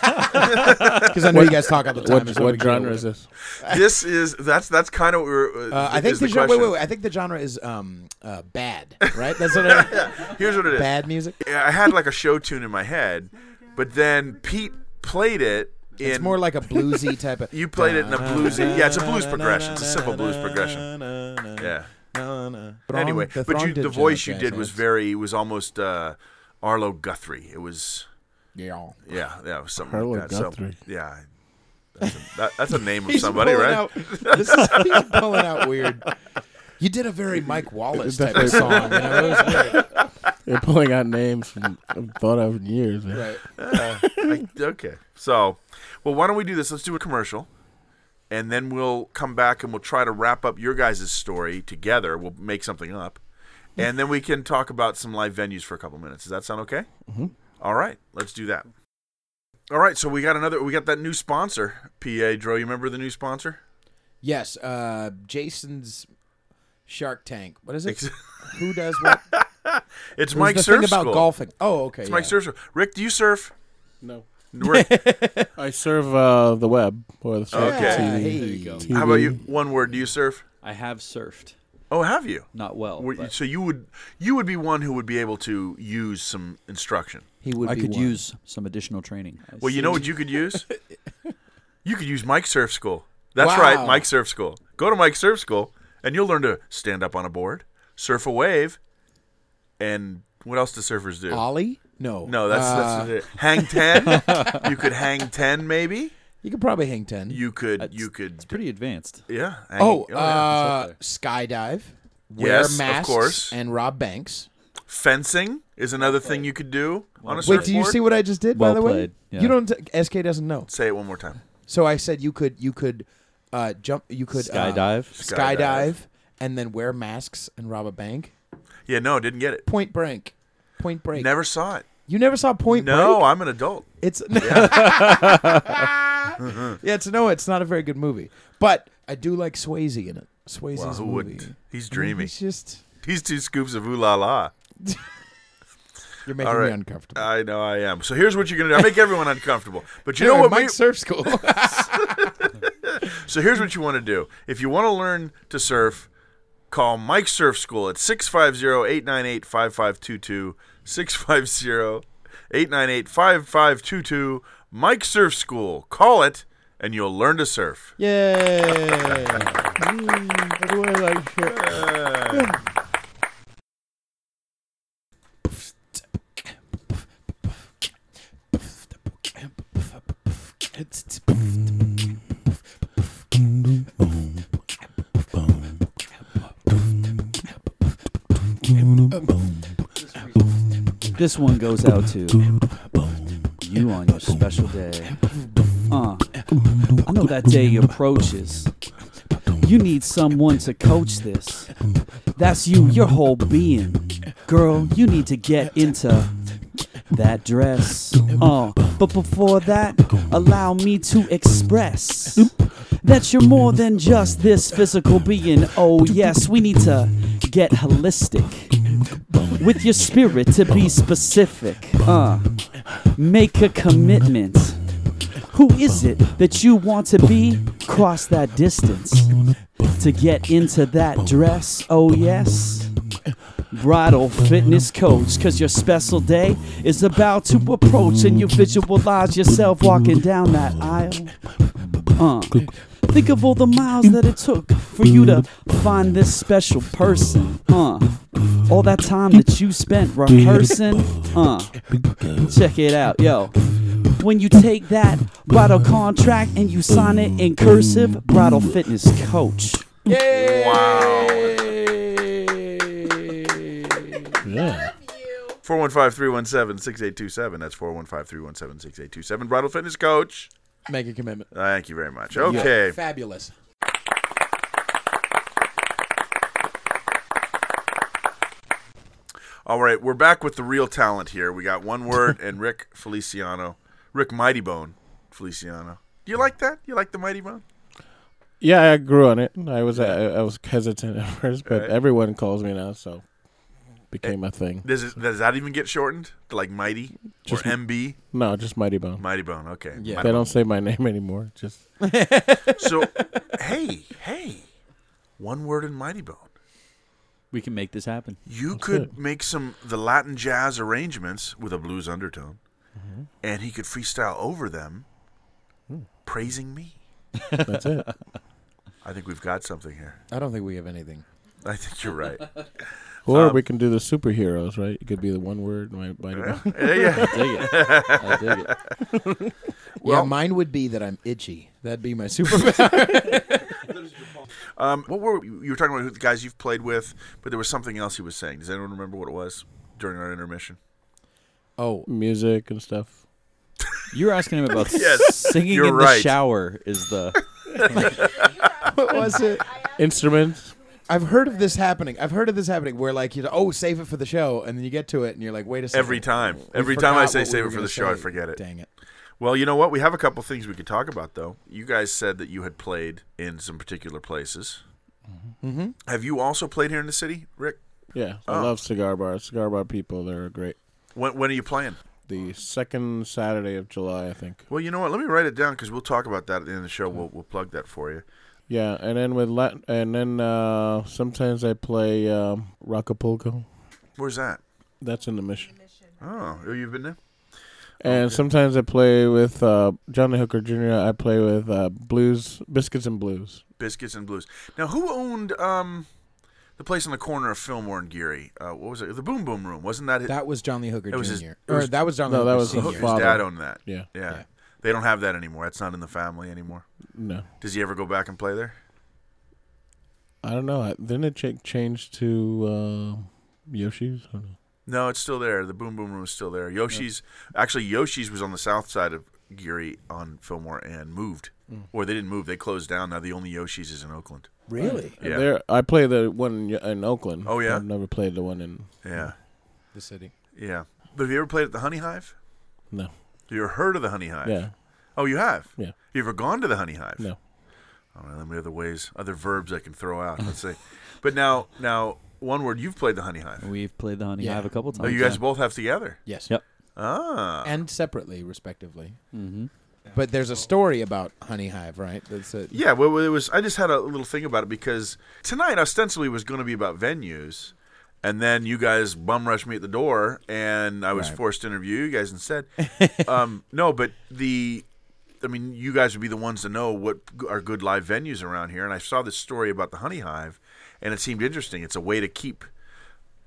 because I know you guys talk all the time. What is we what get away genre with. is this? this is that's that's kind of what we're. Uh, I think is the, the genre. question. Wait, wait, wait. I think the genre is um uh, bad. Right? That's what I, Here's what it is. bad music. I had like a show tune in my head, but then Pete played it. In, It's more like a bluesy type of. you played it in a bluesy. Yeah, it's a blues progression. It's a simple blues progression. Yeah. Anyway, but Throng- Throng you, did the Janet voice you did Jackson. was very was almost uh, Arlo Guthrie. It was Yeah. yeah yeah it was something Arlo like that. So, Guthrie. yeah. That's a, that, that's a name of He's somebody, pulling right? out- this is, he's pulling out weird. You did a very Mike Wallace type of song. You know? It was weird. They're pulling out names from I've thought of in years. man. I- okay. So, well, why don't we do this? Let's do a commercial, and then we'll come back and we'll try to wrap up your guys' story together. We'll make something up, and then we can talk about some live venues for a couple minutes. Does that sound okay? Mm-hmm. All right, let's do that. All right, so we got another. We got that new sponsor, Pedro. You remember the new sponsor? Yes, uh, Jason's Shark Tank. What is it? Ex- Who does what? It's It was Mike the Surf thing about School. golfing. Oh, okay. It's yeah. Mike Surf School. Rick, do you surf? No. Rick, I serve uh, the web or the Okay. TV. Hey. TV. how about you? One word. Do you surf? I have surfed. Oh, have you? Not well. Were you- but so you would you would be one who would be able to use some instruction. He would I be could one. use some additional training. I Well, you know see. what you could use? you could use Mike Surf School. That's Wow. right, Mike Surf School. Go to Mike Surf School and you'll learn to stand up on a board, surf a wave, and what else do surfers do? Ollie. No, no, that's, Uh, that's it. hang ten. you could hang ten, maybe. you could probably hang ten. You could you could It's pretty advanced. yeah. hang- oh, yeah. uh, skydive. Wear Yes, of masks course. And rob banks. fencing is another thing you could do on a surfboard. Wait, do you see what I just did? by the Well played, way, yeah. you don't. SK doesn't know. Say it one more time. So I said you could you could uh, jump you could uh, Skydive. skydive, Skydive. and then wear masks and rob a bank. Yeah, no, didn't get it. Point Break. Point Break. Never saw it. You never saw Point No, Break? I'm an adult. It's Mm-hmm. yeah. It's no. It's not a very good movie, but I do like Swayze in it. Swayze's Well, who movie. wouldn't? He's dreamy. He's just He's two scoops of ooh la la. you're making All right. me uncomfortable. I know I am. So here's what you're gonna do. I make everyone uncomfortable. But you know Anyway, what? Mike we- Surf School. so here's what you want to do. If you want to learn to surf, call Mike Surf School at 650-898-5522. 650-898-5522. Mike Surf School. Call it and you'll learn to surf. Yay! This one goes out to you on your special day. Uh, I know that day approaches. You need someone to coach this. That's you, your whole being. Girl, you need to get into that dress. Uh, but before that, allow me to express that you're more than just this physical being. Oh, yes, we need to get holistic with your spirit to be specific. Uh, make a commitment. Who is it that you want to be? Cross that distance to get into that dress. Oh, yes. Bridal fitness coach, cause your special day is about to approach, and you visualize yourself walking down that aisle. Uh, think of all the miles that it took for you to find this special person. Uh, all that time that you spent rehearsing. Uh, check it out, yo. When you take that bridal contract and you sign it in cursive, bridal fitness coach. Yeah. 415-317-6827. That's 415-317-6827. Bridal Fitness Coach. Make a commitment. Thank you very much. Okay. Fabulous. All right, we're back with the real talent here. We got one word and Rick Feliciano, Rick Mighty Bone Feliciano. Do you like that? You like the Mighty Bone? Yeah, I grew on it. I was I, I was hesitant at first, but Right. Eh, everyone calls me now, so became a thing. Does it, does that even get shortened to like Mighty Just- or MB? No, just Mighty Bone. Mighty Bone. Okay. Yeah. Mighty They don't say my name anymore. Just Bone. So, hey, hey, one word in Mighty Bone. We can make this happen. You could it. make some the Latin jazz arrangements with a blues undertone, Mm-hmm. and he could freestyle over them, praising me. Hmm. that's it. I think we've got something here. I don't think we have anything. I think you're right. Or Um, we can do the superheroes, right? It could be the one word. My, Mighty Bone. yeah, yeah. Dig it. I dig it. Well- yeah, mine would be that I'm itchy. That'd be my superpower. Um, what were you were talking about? Who the guys you've played with, but there was something else he was saying. Does anyone remember what it was during our intermission? oh, music and stuff. You're asking him about Yes, singing you're in the right. shower is the what was it? Instruments. I've heard of this happening. I've heard of this happening where like you oh save it for the show, and then you get to it, and you're like, wait a second. Every time, We every time I forgot say what we save were it for gonna the show, I say. forget it. Dang it. Well, you know what? We have a couple things we could talk about, though. You guys said that you had played in some particular places. Mm-hmm. Have you also played here in the city, Rick? Yeah, I Oh. love cigar bars. Cigar bar people, they're great. When, when are you playing? The second Saturday of July, I think. Well, you know what? Let me write it down because we'll talk about that at the end of the show. We'll, we'll plug that for you. Yeah, and then with Latin, and then uh, sometimes I play um, Rockapulco. Where's that? That's in the mission. Oh, oh, you've been there. And sometimes I play with uh, Johnny Hooker Jr. I play with uh, Blues Biscuits and Blues. Biscuits and Blues. Now, who owned um, the place on the corner of Fillmore and Geary? Uh, what was it? The Boom Boom Room. Wasn't that it? That was John Lee Hooker It was his- Jr. it was- or that was John No, Lee that Hooker was his Sr. His father. dad owned that. Yeah. yeah. Yeah. They don't have that anymore. That's not in the family anymore. No, Does he ever go back and play there? I don't know. I- Didn't it ch- change to uh, Yoshi's? I don't know. No, it's still there. The Boom Boom Room is still there. Yoshi's actually Yoshi's was on the south side of Geary on Fillmore and moved, Mm. or they didn't move. They closed down. Now the only Yoshi's is in Oakland. Really? Yeah, There, I play the one in- in Oakland. Oh, yeah? I've never played the one in. yeah, The city. yeah. But have you ever played at the Honey Hive? No. Have you ever heard of the Honey Hive? Yeah. Oh, you have. Yeah. You ever gone to the Honey Hive? No. I don't know. Let me other ways, other verbs I can throw out. Let's see. But now, now one word. You've played the Honey Hive. We've played the Honey Yeah. Hive a couple times. Oh, you guys both have together. Yes. Yep. Ah. And separately, respectively. Mm-hmm. But there's a story about Honey Hive, right? That's a, Yeah, well, it was. I just had a little thing about it because tonight ostensibly was going to be about venues, and then you guys bum rushed me at the door, and I was Right. forced to interview you guys instead. um, no, but the, I mean, you guys would be the ones to know what g- are good live venues around here, and I saw this story about the Honey Hive, and it seemed interesting. It's a way to keep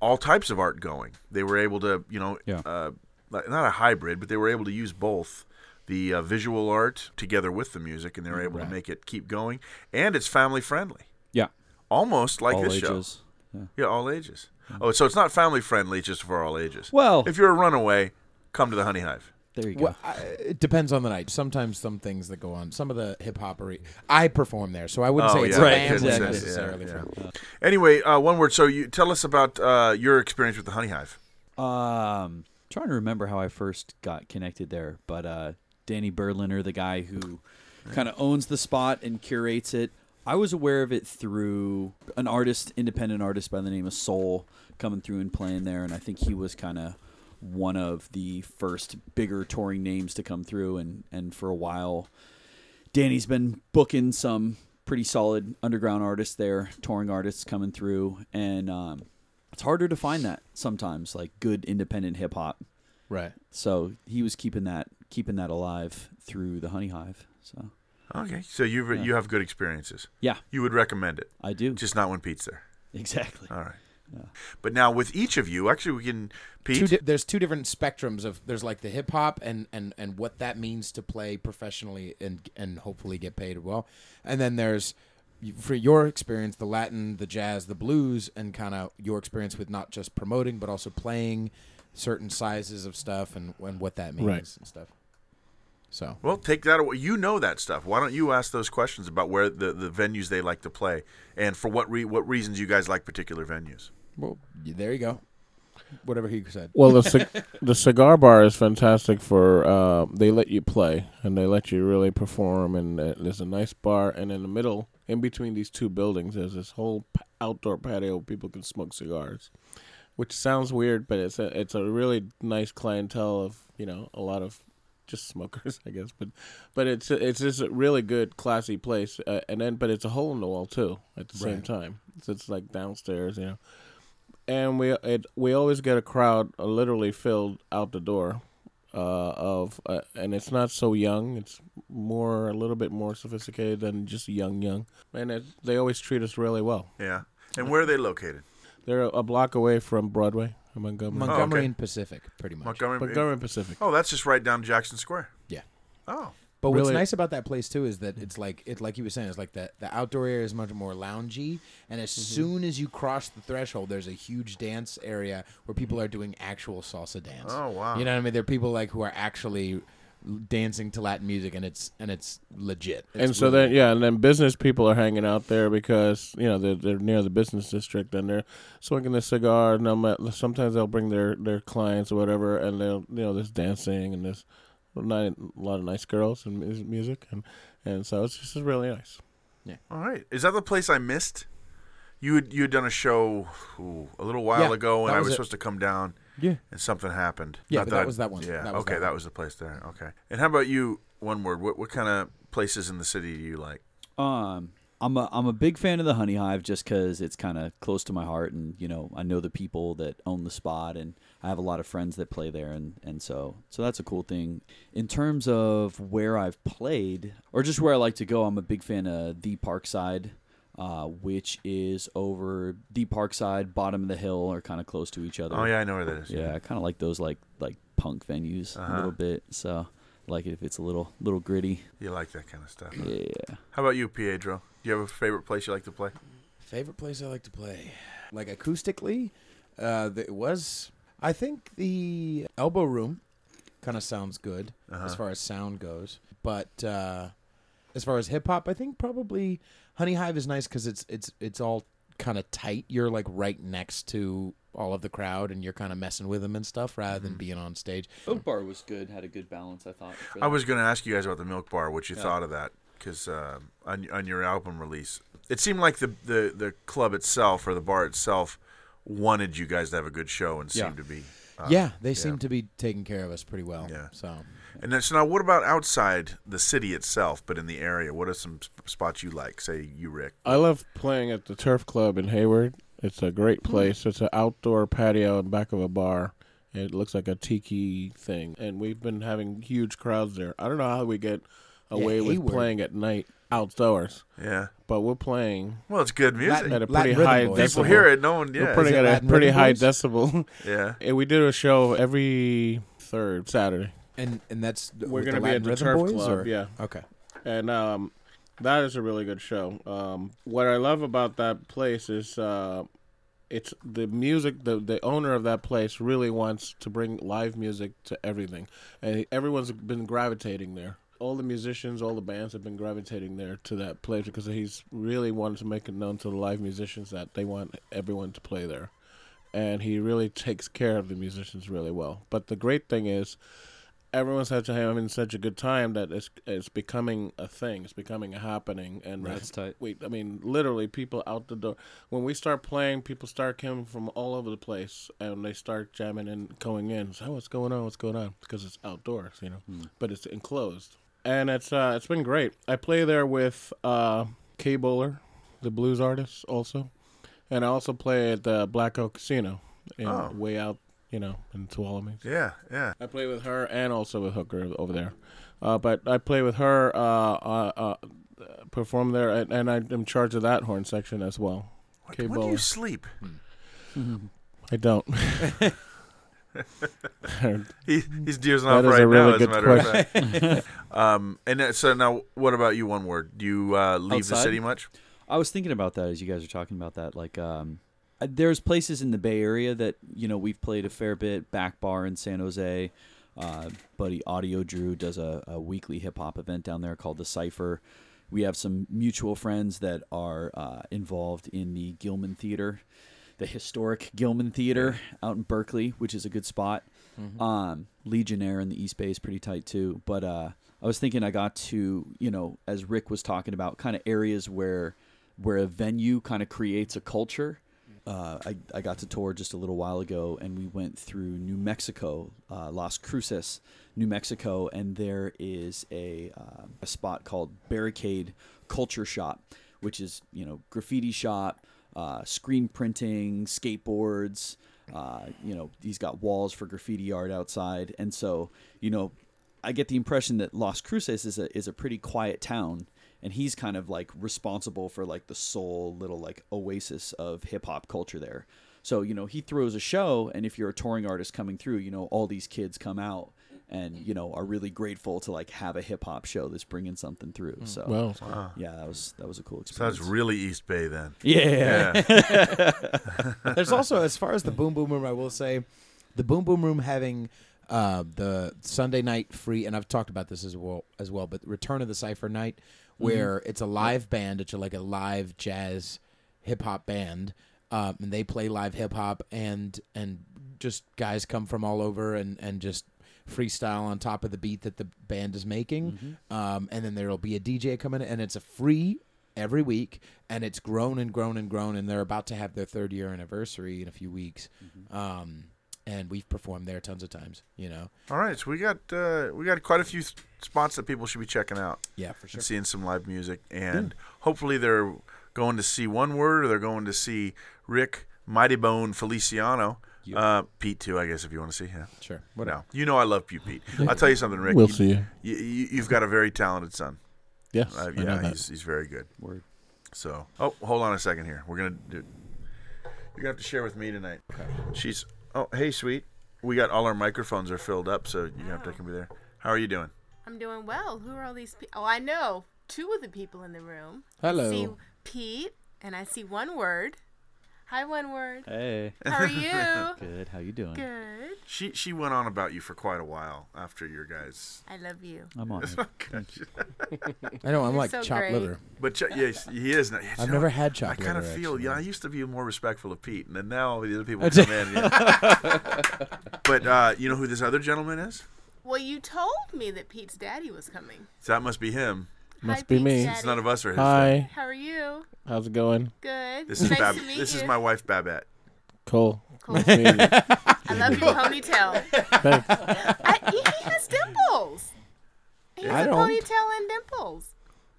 all types of art going. They were able to, you know, Yeah. uh, like- not a hybrid, but they were able to use both the uh, visual art together with the music, and they were able to make it keep going. And it's family friendly, Yeah. almost like All this ages. show. Yeah, all ages. Oh, so it's not family friendly, it's just for all ages. Well, if you're a runaway, come to the Honey Hive. there you go. Well, I, it depends on the night. Sometimes some things that go on, some of the hip hopery. I perform there, so I wouldn't Oh, say it's yeah, Right, family exactly. necessarily. Yeah, friendly. Anyway, uh, one word. So you tell us about uh, your experience with the Honey Hive. Um, trying to remember how I first got connected there, but uh, Danny Berliner, the guy who kind of owns the spot and curates it, I was aware of it through an artist, independent artist by the name of Soul, coming through and playing there, and I think he was kind of one of the first bigger touring names to come through, and and for a while, Danny's been booking some pretty solid underground artists there, touring artists coming through, and um, it's harder to find that sometimes, like good independent hip hop. Right. So he was keeping that keeping that alive through the Honey Hive. So Okay, so you have you have good experiences. yeah, You would recommend it, I do just not when Pete's there. exactly. All right. But now with each of you, actually, we can Pete. Two di- there's two different spectrums of there's like the hip hop and, and and what that means to play professionally and and hopefully get paid well, and then there's for your experience the Latin, the jazz, the blues, and kind of your experience with not just promoting but also playing certain sizes of stuff and and what that means Right. and stuff. So well, take that away. You know that stuff. Why don't you ask those questions about where the, the venues they like to play and for what re- what reasons you guys like particular venues? well, there you go. Whatever he Oh, said. Well, the cig- the cigar bar is fantastic for. Uh, they let you play and they let you really perform, and uh, there's a nice bar. And in the middle, in between these two buildings, there's this whole p- outdoor patio where people can smoke cigars, which sounds weird, but it's a it's a really nice clientele of you know a lot of just smokers, I guess. But but it's it's just a really good, classy place. Uh, and then, but it's a hole in the wall too at the same time. So it's like downstairs, you know and we it, we always get a crowd uh, literally filled out the door uh, of uh, and it's not so young it's more a little bit more sophisticated than just young young and it, they always treat us really well Yeah. And where are they located? they're a, a block away from Broadway in Montgomery Montgomery okay. and Pacific, pretty much. Montgomery. Montgomery Pacific Oh, that's just right down Jackson Square. Yeah. Oh. But what's Really- nice about that place too is that it's like it like you were saying, it's like the, the outdoor area is much more loungy and as soon as you cross the threshold there's a huge dance area where people are doing actual salsa dance. Oh, wow. You know what I mean? There are people like who are actually dancing to Latin music and it's and it's legit. It's and so really- then yeah and then business people are hanging out there because you know they're, they're near the business district and they're smoking the cigar and I'm at, sometimes they'll bring their their clients or whatever and they'll you know there's dancing and there's ni- a lot of nice girls and mus- music and and so it's just really nice All right. Is that the place I missed? You had you had done a show ooh, a little while Yeah, ago, and that I was was it. supposed to come down. Yeah. And something happened. Yeah, but that I- was that one. Yeah. That was okay, that that one. was the place there. Okay. And how about you? One word. What what kind of places in the city do you like? Um, I'm a I'm a big fan of the Honey Hive just because it's kind of close to my heart, and you know I know the people that own the spot, and I have a lot of friends that play there, and and so so that's a cool thing. In terms of where I've played or just where I like to go, I'm a big fan of the Parkside, uh, which is over the Parkside, bottom of the hill, or kind of close to each other. Oh yeah, I know where that is. Yeah, I kind of like those like like punk venues Uh-huh. a little bit. So I like it if it's a little little gritty. You like that kind of stuff. Yeah. How about you, Pietro? Do you have a favorite place you like to play? Favorite place I like to play, like acoustically, uh, th- it was I think the Elbow Room, kind of sounds good as far as sound goes. But uh, as far as hip hop, I think probably Honey Hive is nice because it's it's it's all kind of tight. You're like right next to all of the crowd, and you're kind of messing with them and stuff rather than being on stage. Oak Bar was good. Had a good balance. I thought. I was going to ask you guys about the Milk Bar, what you thought of that, because uh, on on your album release, it seemed like the, the the club itself or the bar itself wanted you guys to have a good show and seemed to be. Uh, yeah, they seem to be taking care of us pretty well. Yeah. So And then, so now, what about outside the city itself, but in the area? What are some sp- spots you like? Say you, Rick. I love playing at the Turf Club in Hayward. It's a great place. It's an outdoor patio in back of a bar. It looks like a tiki thing, and we've been having huge crowds there. I don't know how we get away with Hayward. playing at night outdoors, Yeah. but we're playing Well, it's good music. at a Latin pretty Rhythm high Boys. decibel. People hear it. No one. Yeah. We're putting Is it it at a Latin pretty Rhythm high Boys? decibel. yeah. and we do a show every third Saturday. and and that's We're with gonna be Latin at the Rhythm Turf Boys, Club, or- yeah. Okay. and um, that is a really good show. Um, what I love about that place is uh, it's the music. the The owner of that place really wants to bring live music to everything, and everyone's been gravitating there. All the musicians, all the bands have been gravitating there to that place because he's really wanted to make it known to the live musicians that they want everyone to play there. And he really takes care of the musicians really well. But the great thing is, everyone's such a, having such a good time that it's it's becoming a thing. It's becoming a happening, and Right. That's tight. We, I mean, literally, people out the door. When we start playing, people start coming from all over the place, and they start jamming and going in. So what's going on? What's going on? Because it's outdoors, you know, Hmm. but it's enclosed, and it's uh, it's been great. I play there with uh, Kay Bowler, the blues artist, also, and I also play at the Black Oak Casino, in, Oh. way out, you know, in Tuolumne. Yeah. Yeah. I play with her and also with Hooker over there. Uh, but I play with her, uh, uh, uh, perform there, and, and I'm in charge of that horn section as well. Okay, When do Bowler. you sleep? I don't. He, he's deers That off is right a really now, as a good matter of fact. um, and that- so now, what about you? One word. Do you uh, leave the Outside? city much? I was thinking about that as you guys are talking about that. Like, um, uh, there's places in the Bay Area that you know we've played a fair bit. Back Bar in San Jose. Uh, buddy Audio Drew does a, a weekly hip hop event down there called the Cipher. We have some mutual friends that are uh, involved in the Gilman Theater, the historic Gilman Theater out in Berkeley, which is a good spot. Um, Legionnaire in the East Bay is pretty tight too. But uh, I was thinking I got to you know as Rick was talking about kind of areas where where a venue kind of creates a culture. Uh, I, I got to tour just a little while ago and we went through New Mexico, uh, Las Cruces, New Mexico, and there is a, uh, a spot called Barricade Culture Shop, which is, you know, graffiti shop, uh, screen printing, skateboards. Uh, you know, he's got walls for graffiti art outside. And so, you know, I get the impression that Las Cruces is a is a pretty quiet town, and he's kind of like responsible for like the sole little like oasis of hip hop culture there. So you know he throws a show, and if you're a touring artist coming through, you know all these kids come out and you know are really grateful to like have a hip hop show that's bringing something through. So well, yeah, that was that was a cool experience. Sounds really East Bay then. yeah. Yeah. There's also, as far as the Boom Boom Room, I will say, the Boom Boom Room having uh, the Sunday night free, and I've talked about this as well, as well. But Return of the Cipher night, where it's a live band, it's like a live jazz hip hop band, um, and they play live hip hop, and and just guys come from all over, and and just freestyle on top of the beat that the band is making. Mm-hmm. Um, and then there'll be a DJ coming in, and it's a free every week, and it's Mm-hmm. grown and grown and grown. And they're about to have their third year anniversary in a few weeks. Um, and we've performed there tons of times. You know, All right, so we got uh, we got quite a few s- spots that people should be checking out. yeah, for sure. and seeing some live music, and hopefully they're going to see One Word or they're going to see Rick Mighty Bone Feliciano. Uh, Pete too, I guess, if you want to see him. Sure. What now? You know I love you, Pete. I'll tell you something, Rick. We'll you, see you. You, you, you've got a very talented son. Yes, Uh, I know yeah, that. he's, he's very good. Word. So, oh, hold on a second here. We're gonna do. You're gonna have to share with me tonight. She's. Oh, hey, sweet. We got all our microphones are filled up, so you have to can be there. How are you doing? I'm doing well. Who are all these people? Oh, I know two of the people in the room. I Hello. see Pete, and I see one word. Hi, one word. Hey, How are you? good. How you doing? Good. She she went on about you for quite a while after your guys. I love you. I'm on. it. I know. I'm like so chopped great. liver. But ch- yes, he is. Now. I've never had chopped I kind of liver, feel. actually. Yeah, I used to be more respectful of Pete, and then now the other people come in. yeah. but uh, you know who this other gentleman is? Well, you told me that Pete's daddy was coming. So that must be him. Must Hi, be Pete's me. It's Daddy. It's none of us are his. Hi, How are you? how's it going? Good. This is nice Bab- to meet This you. is my wife Babette. Cool. Cool. Thanks. I love your ponytail. I, he he has dimples. He has I a don't. ponytail and dimples.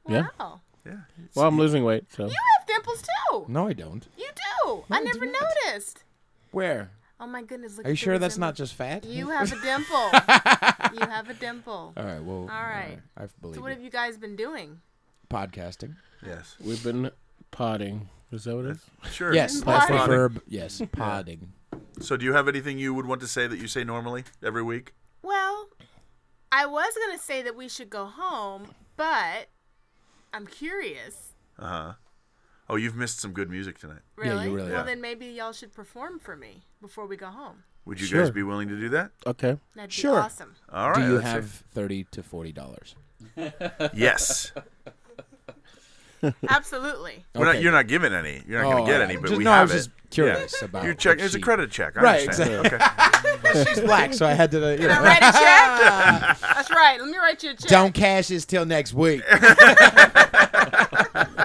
Yeah. Wow. Yeah. Well, I'm losing weight, so You have dimples too. No, I don't. You do. I never noticed. Where? Oh my goodness. Look Are you at the sure that's not resemblance. just fat? You have a dimple. you have a dimple. All right. Well. All right. I believe So what you. have you guys been doing? podcasting. Yes. we've been potting. Is that what it is? Sure. Yes, Pod- that's the verb. Yes, podding. So, do you have anything you would want to say that you say normally every week? Well, I was gonna say that we should go home, but I'm curious. Uh huh. Oh, you've missed some good music tonight. you Really? really well, have. then maybe y'all should perform for me before we go home. Would you guys Sure. be willing to do that? Okay. That'd Sure. be awesome. All right. Do you let's have thirty to forty dollars? see. Yes. Absolutely. We're not, Okay. you're not giving any. You're not going Oh, to get all any, right. but Just- we no, I have was it. just curious yeah. about You're check- what It's a she- credit check. I Right, Understand. Okay. She's black, so I had to. uh, you know. Write a check. That's right. Let me write you a check. Don't cash this till next week.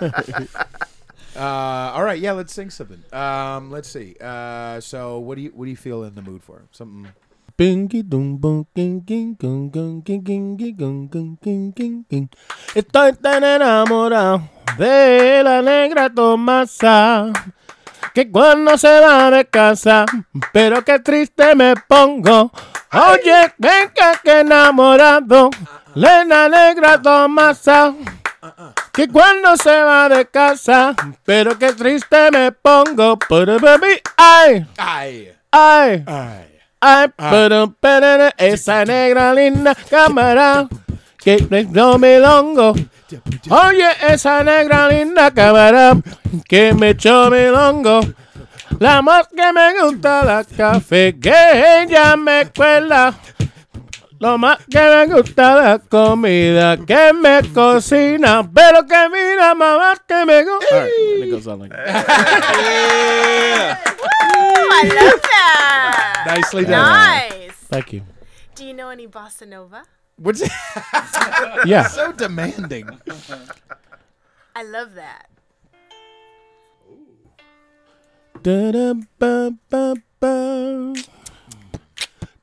uh, all right, yeah, let's sing something. Um, let's see. Uh, so, what do you what do you feel in the mood for? Something. Bingy dum bum ging ging gung gung ging ging ging gung gung ging ging ging. Estoy tan enamorado de la negra Tomasa que cuando se va de casa, pero qué triste me pongo. Oye, venga que enamorado de la negra Tomasa que cuando se va de casa, pero qué triste me pongo. Pero baby, ay, Aye, ay. aye. Ay, Ah. pero, pero, esa negra linda cámara que no me longo. Oye, esa negra linda cámara que me echó mi longo. La más que me gusta la café que ella me cuela. Lo más que me gusta la comida que me cocina, pero que mira mamá que me gusta. Ooh, Oh, I love that. Nicely Nice. Thank you. Do you know any bossa nova? What's Yeah. so demanding? I love that. Da-da-ba-ba-ba.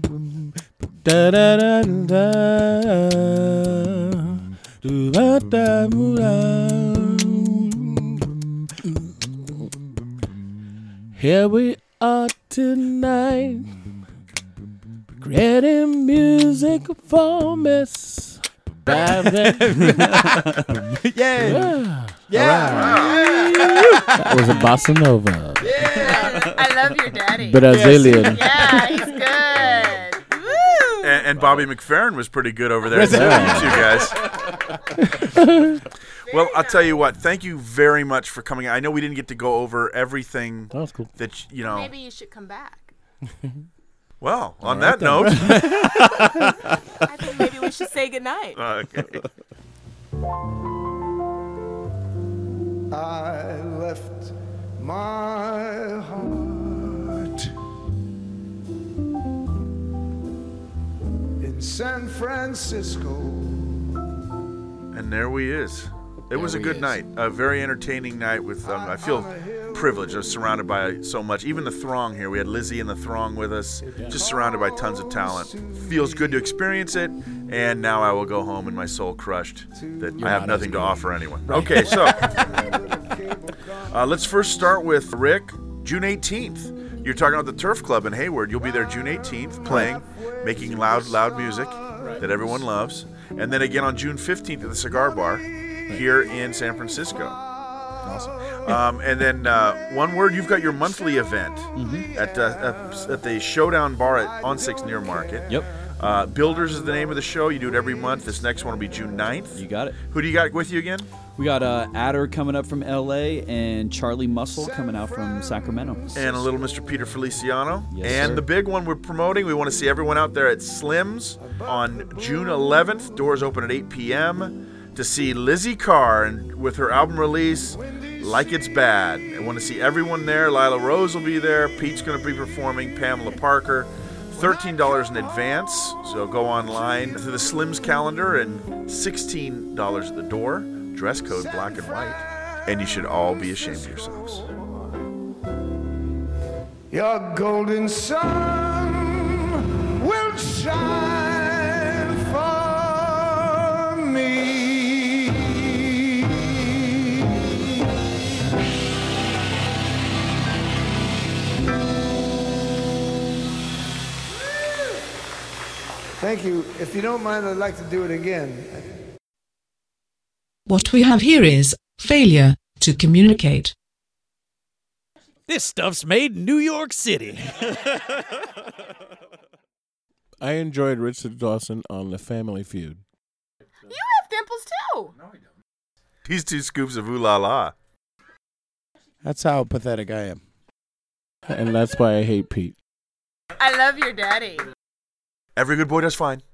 Da da da da do ba da mu da. Here we are tonight, creating music for Miss. Yay! that Yeah. was a bossa nova. I, I love your daddy. uh, Brazilian. yeah, he's good. Woo! And, and Bobby McFerrin was pretty good over there. too, guys. well, I'll tell you what. Thank you very much for coming. I know we didn't get to go over everything Oh. That was cool. that you know. Maybe you should come back. Well, on that note, I think maybe we should say goodnight. Uh, okay. I left my heart in San Francisco. and there we is. It was a good night, a very entertaining night. With um, I feel privileged. I was surrounded by so much. Even the throng here. We had Lizzie and the throng with us. Just surrounded by tons of talent. Feels good to experience it. And now I will go home and my soul crushed that I have nothing to offer anyone. Okay, so uh, let's first start with Rick. June 18th. You're talking about the Turf Club in Hayward. You'll be there June 18th, playing, making loud, loud music that everyone loves. And then again on June 15th at the Cigar Bar here in San Francisco. Awesome. Um, and then uh, one word, you've got your monthly event Mm-hmm. at, uh, at- at the Showdown Bar at On Six near Market. Yep. Uh, Builders is the name of the show. You do it every month. This next one will be June 9th. You got it. Who do you got with you again? We got uh, Adder coming up from LA and Charlie Muscle coming out from Sacramento. and a little Mr. Peter Feliciano. Yes, and sir. the big one we're promoting, we want to see everyone out there at Slim's on June 11th. Doors open at 8 p.m. to see Lizzie Carr and with her album release, Like It's Bad. I want to see everyone there. Lila Rose will be there. Pete's going to be performing. Pamela Parker. $13 in advance, so go online to the Slim's calendar and $16 at the door. Dress code black and white. And you should all be ashamed of yourselves. Your golden sun will shine for me. Thank you. If you don't mind, I'd like to do it again. What we have here is failure to communicate. This stuff's made in New York City. I enjoyed Richard Dawson on The Family Feud. You have dimples too. These two scoops of ooh la la. That's how pathetic I am. And that's why I hate Pete. I love your daddy. Every good boy does fine.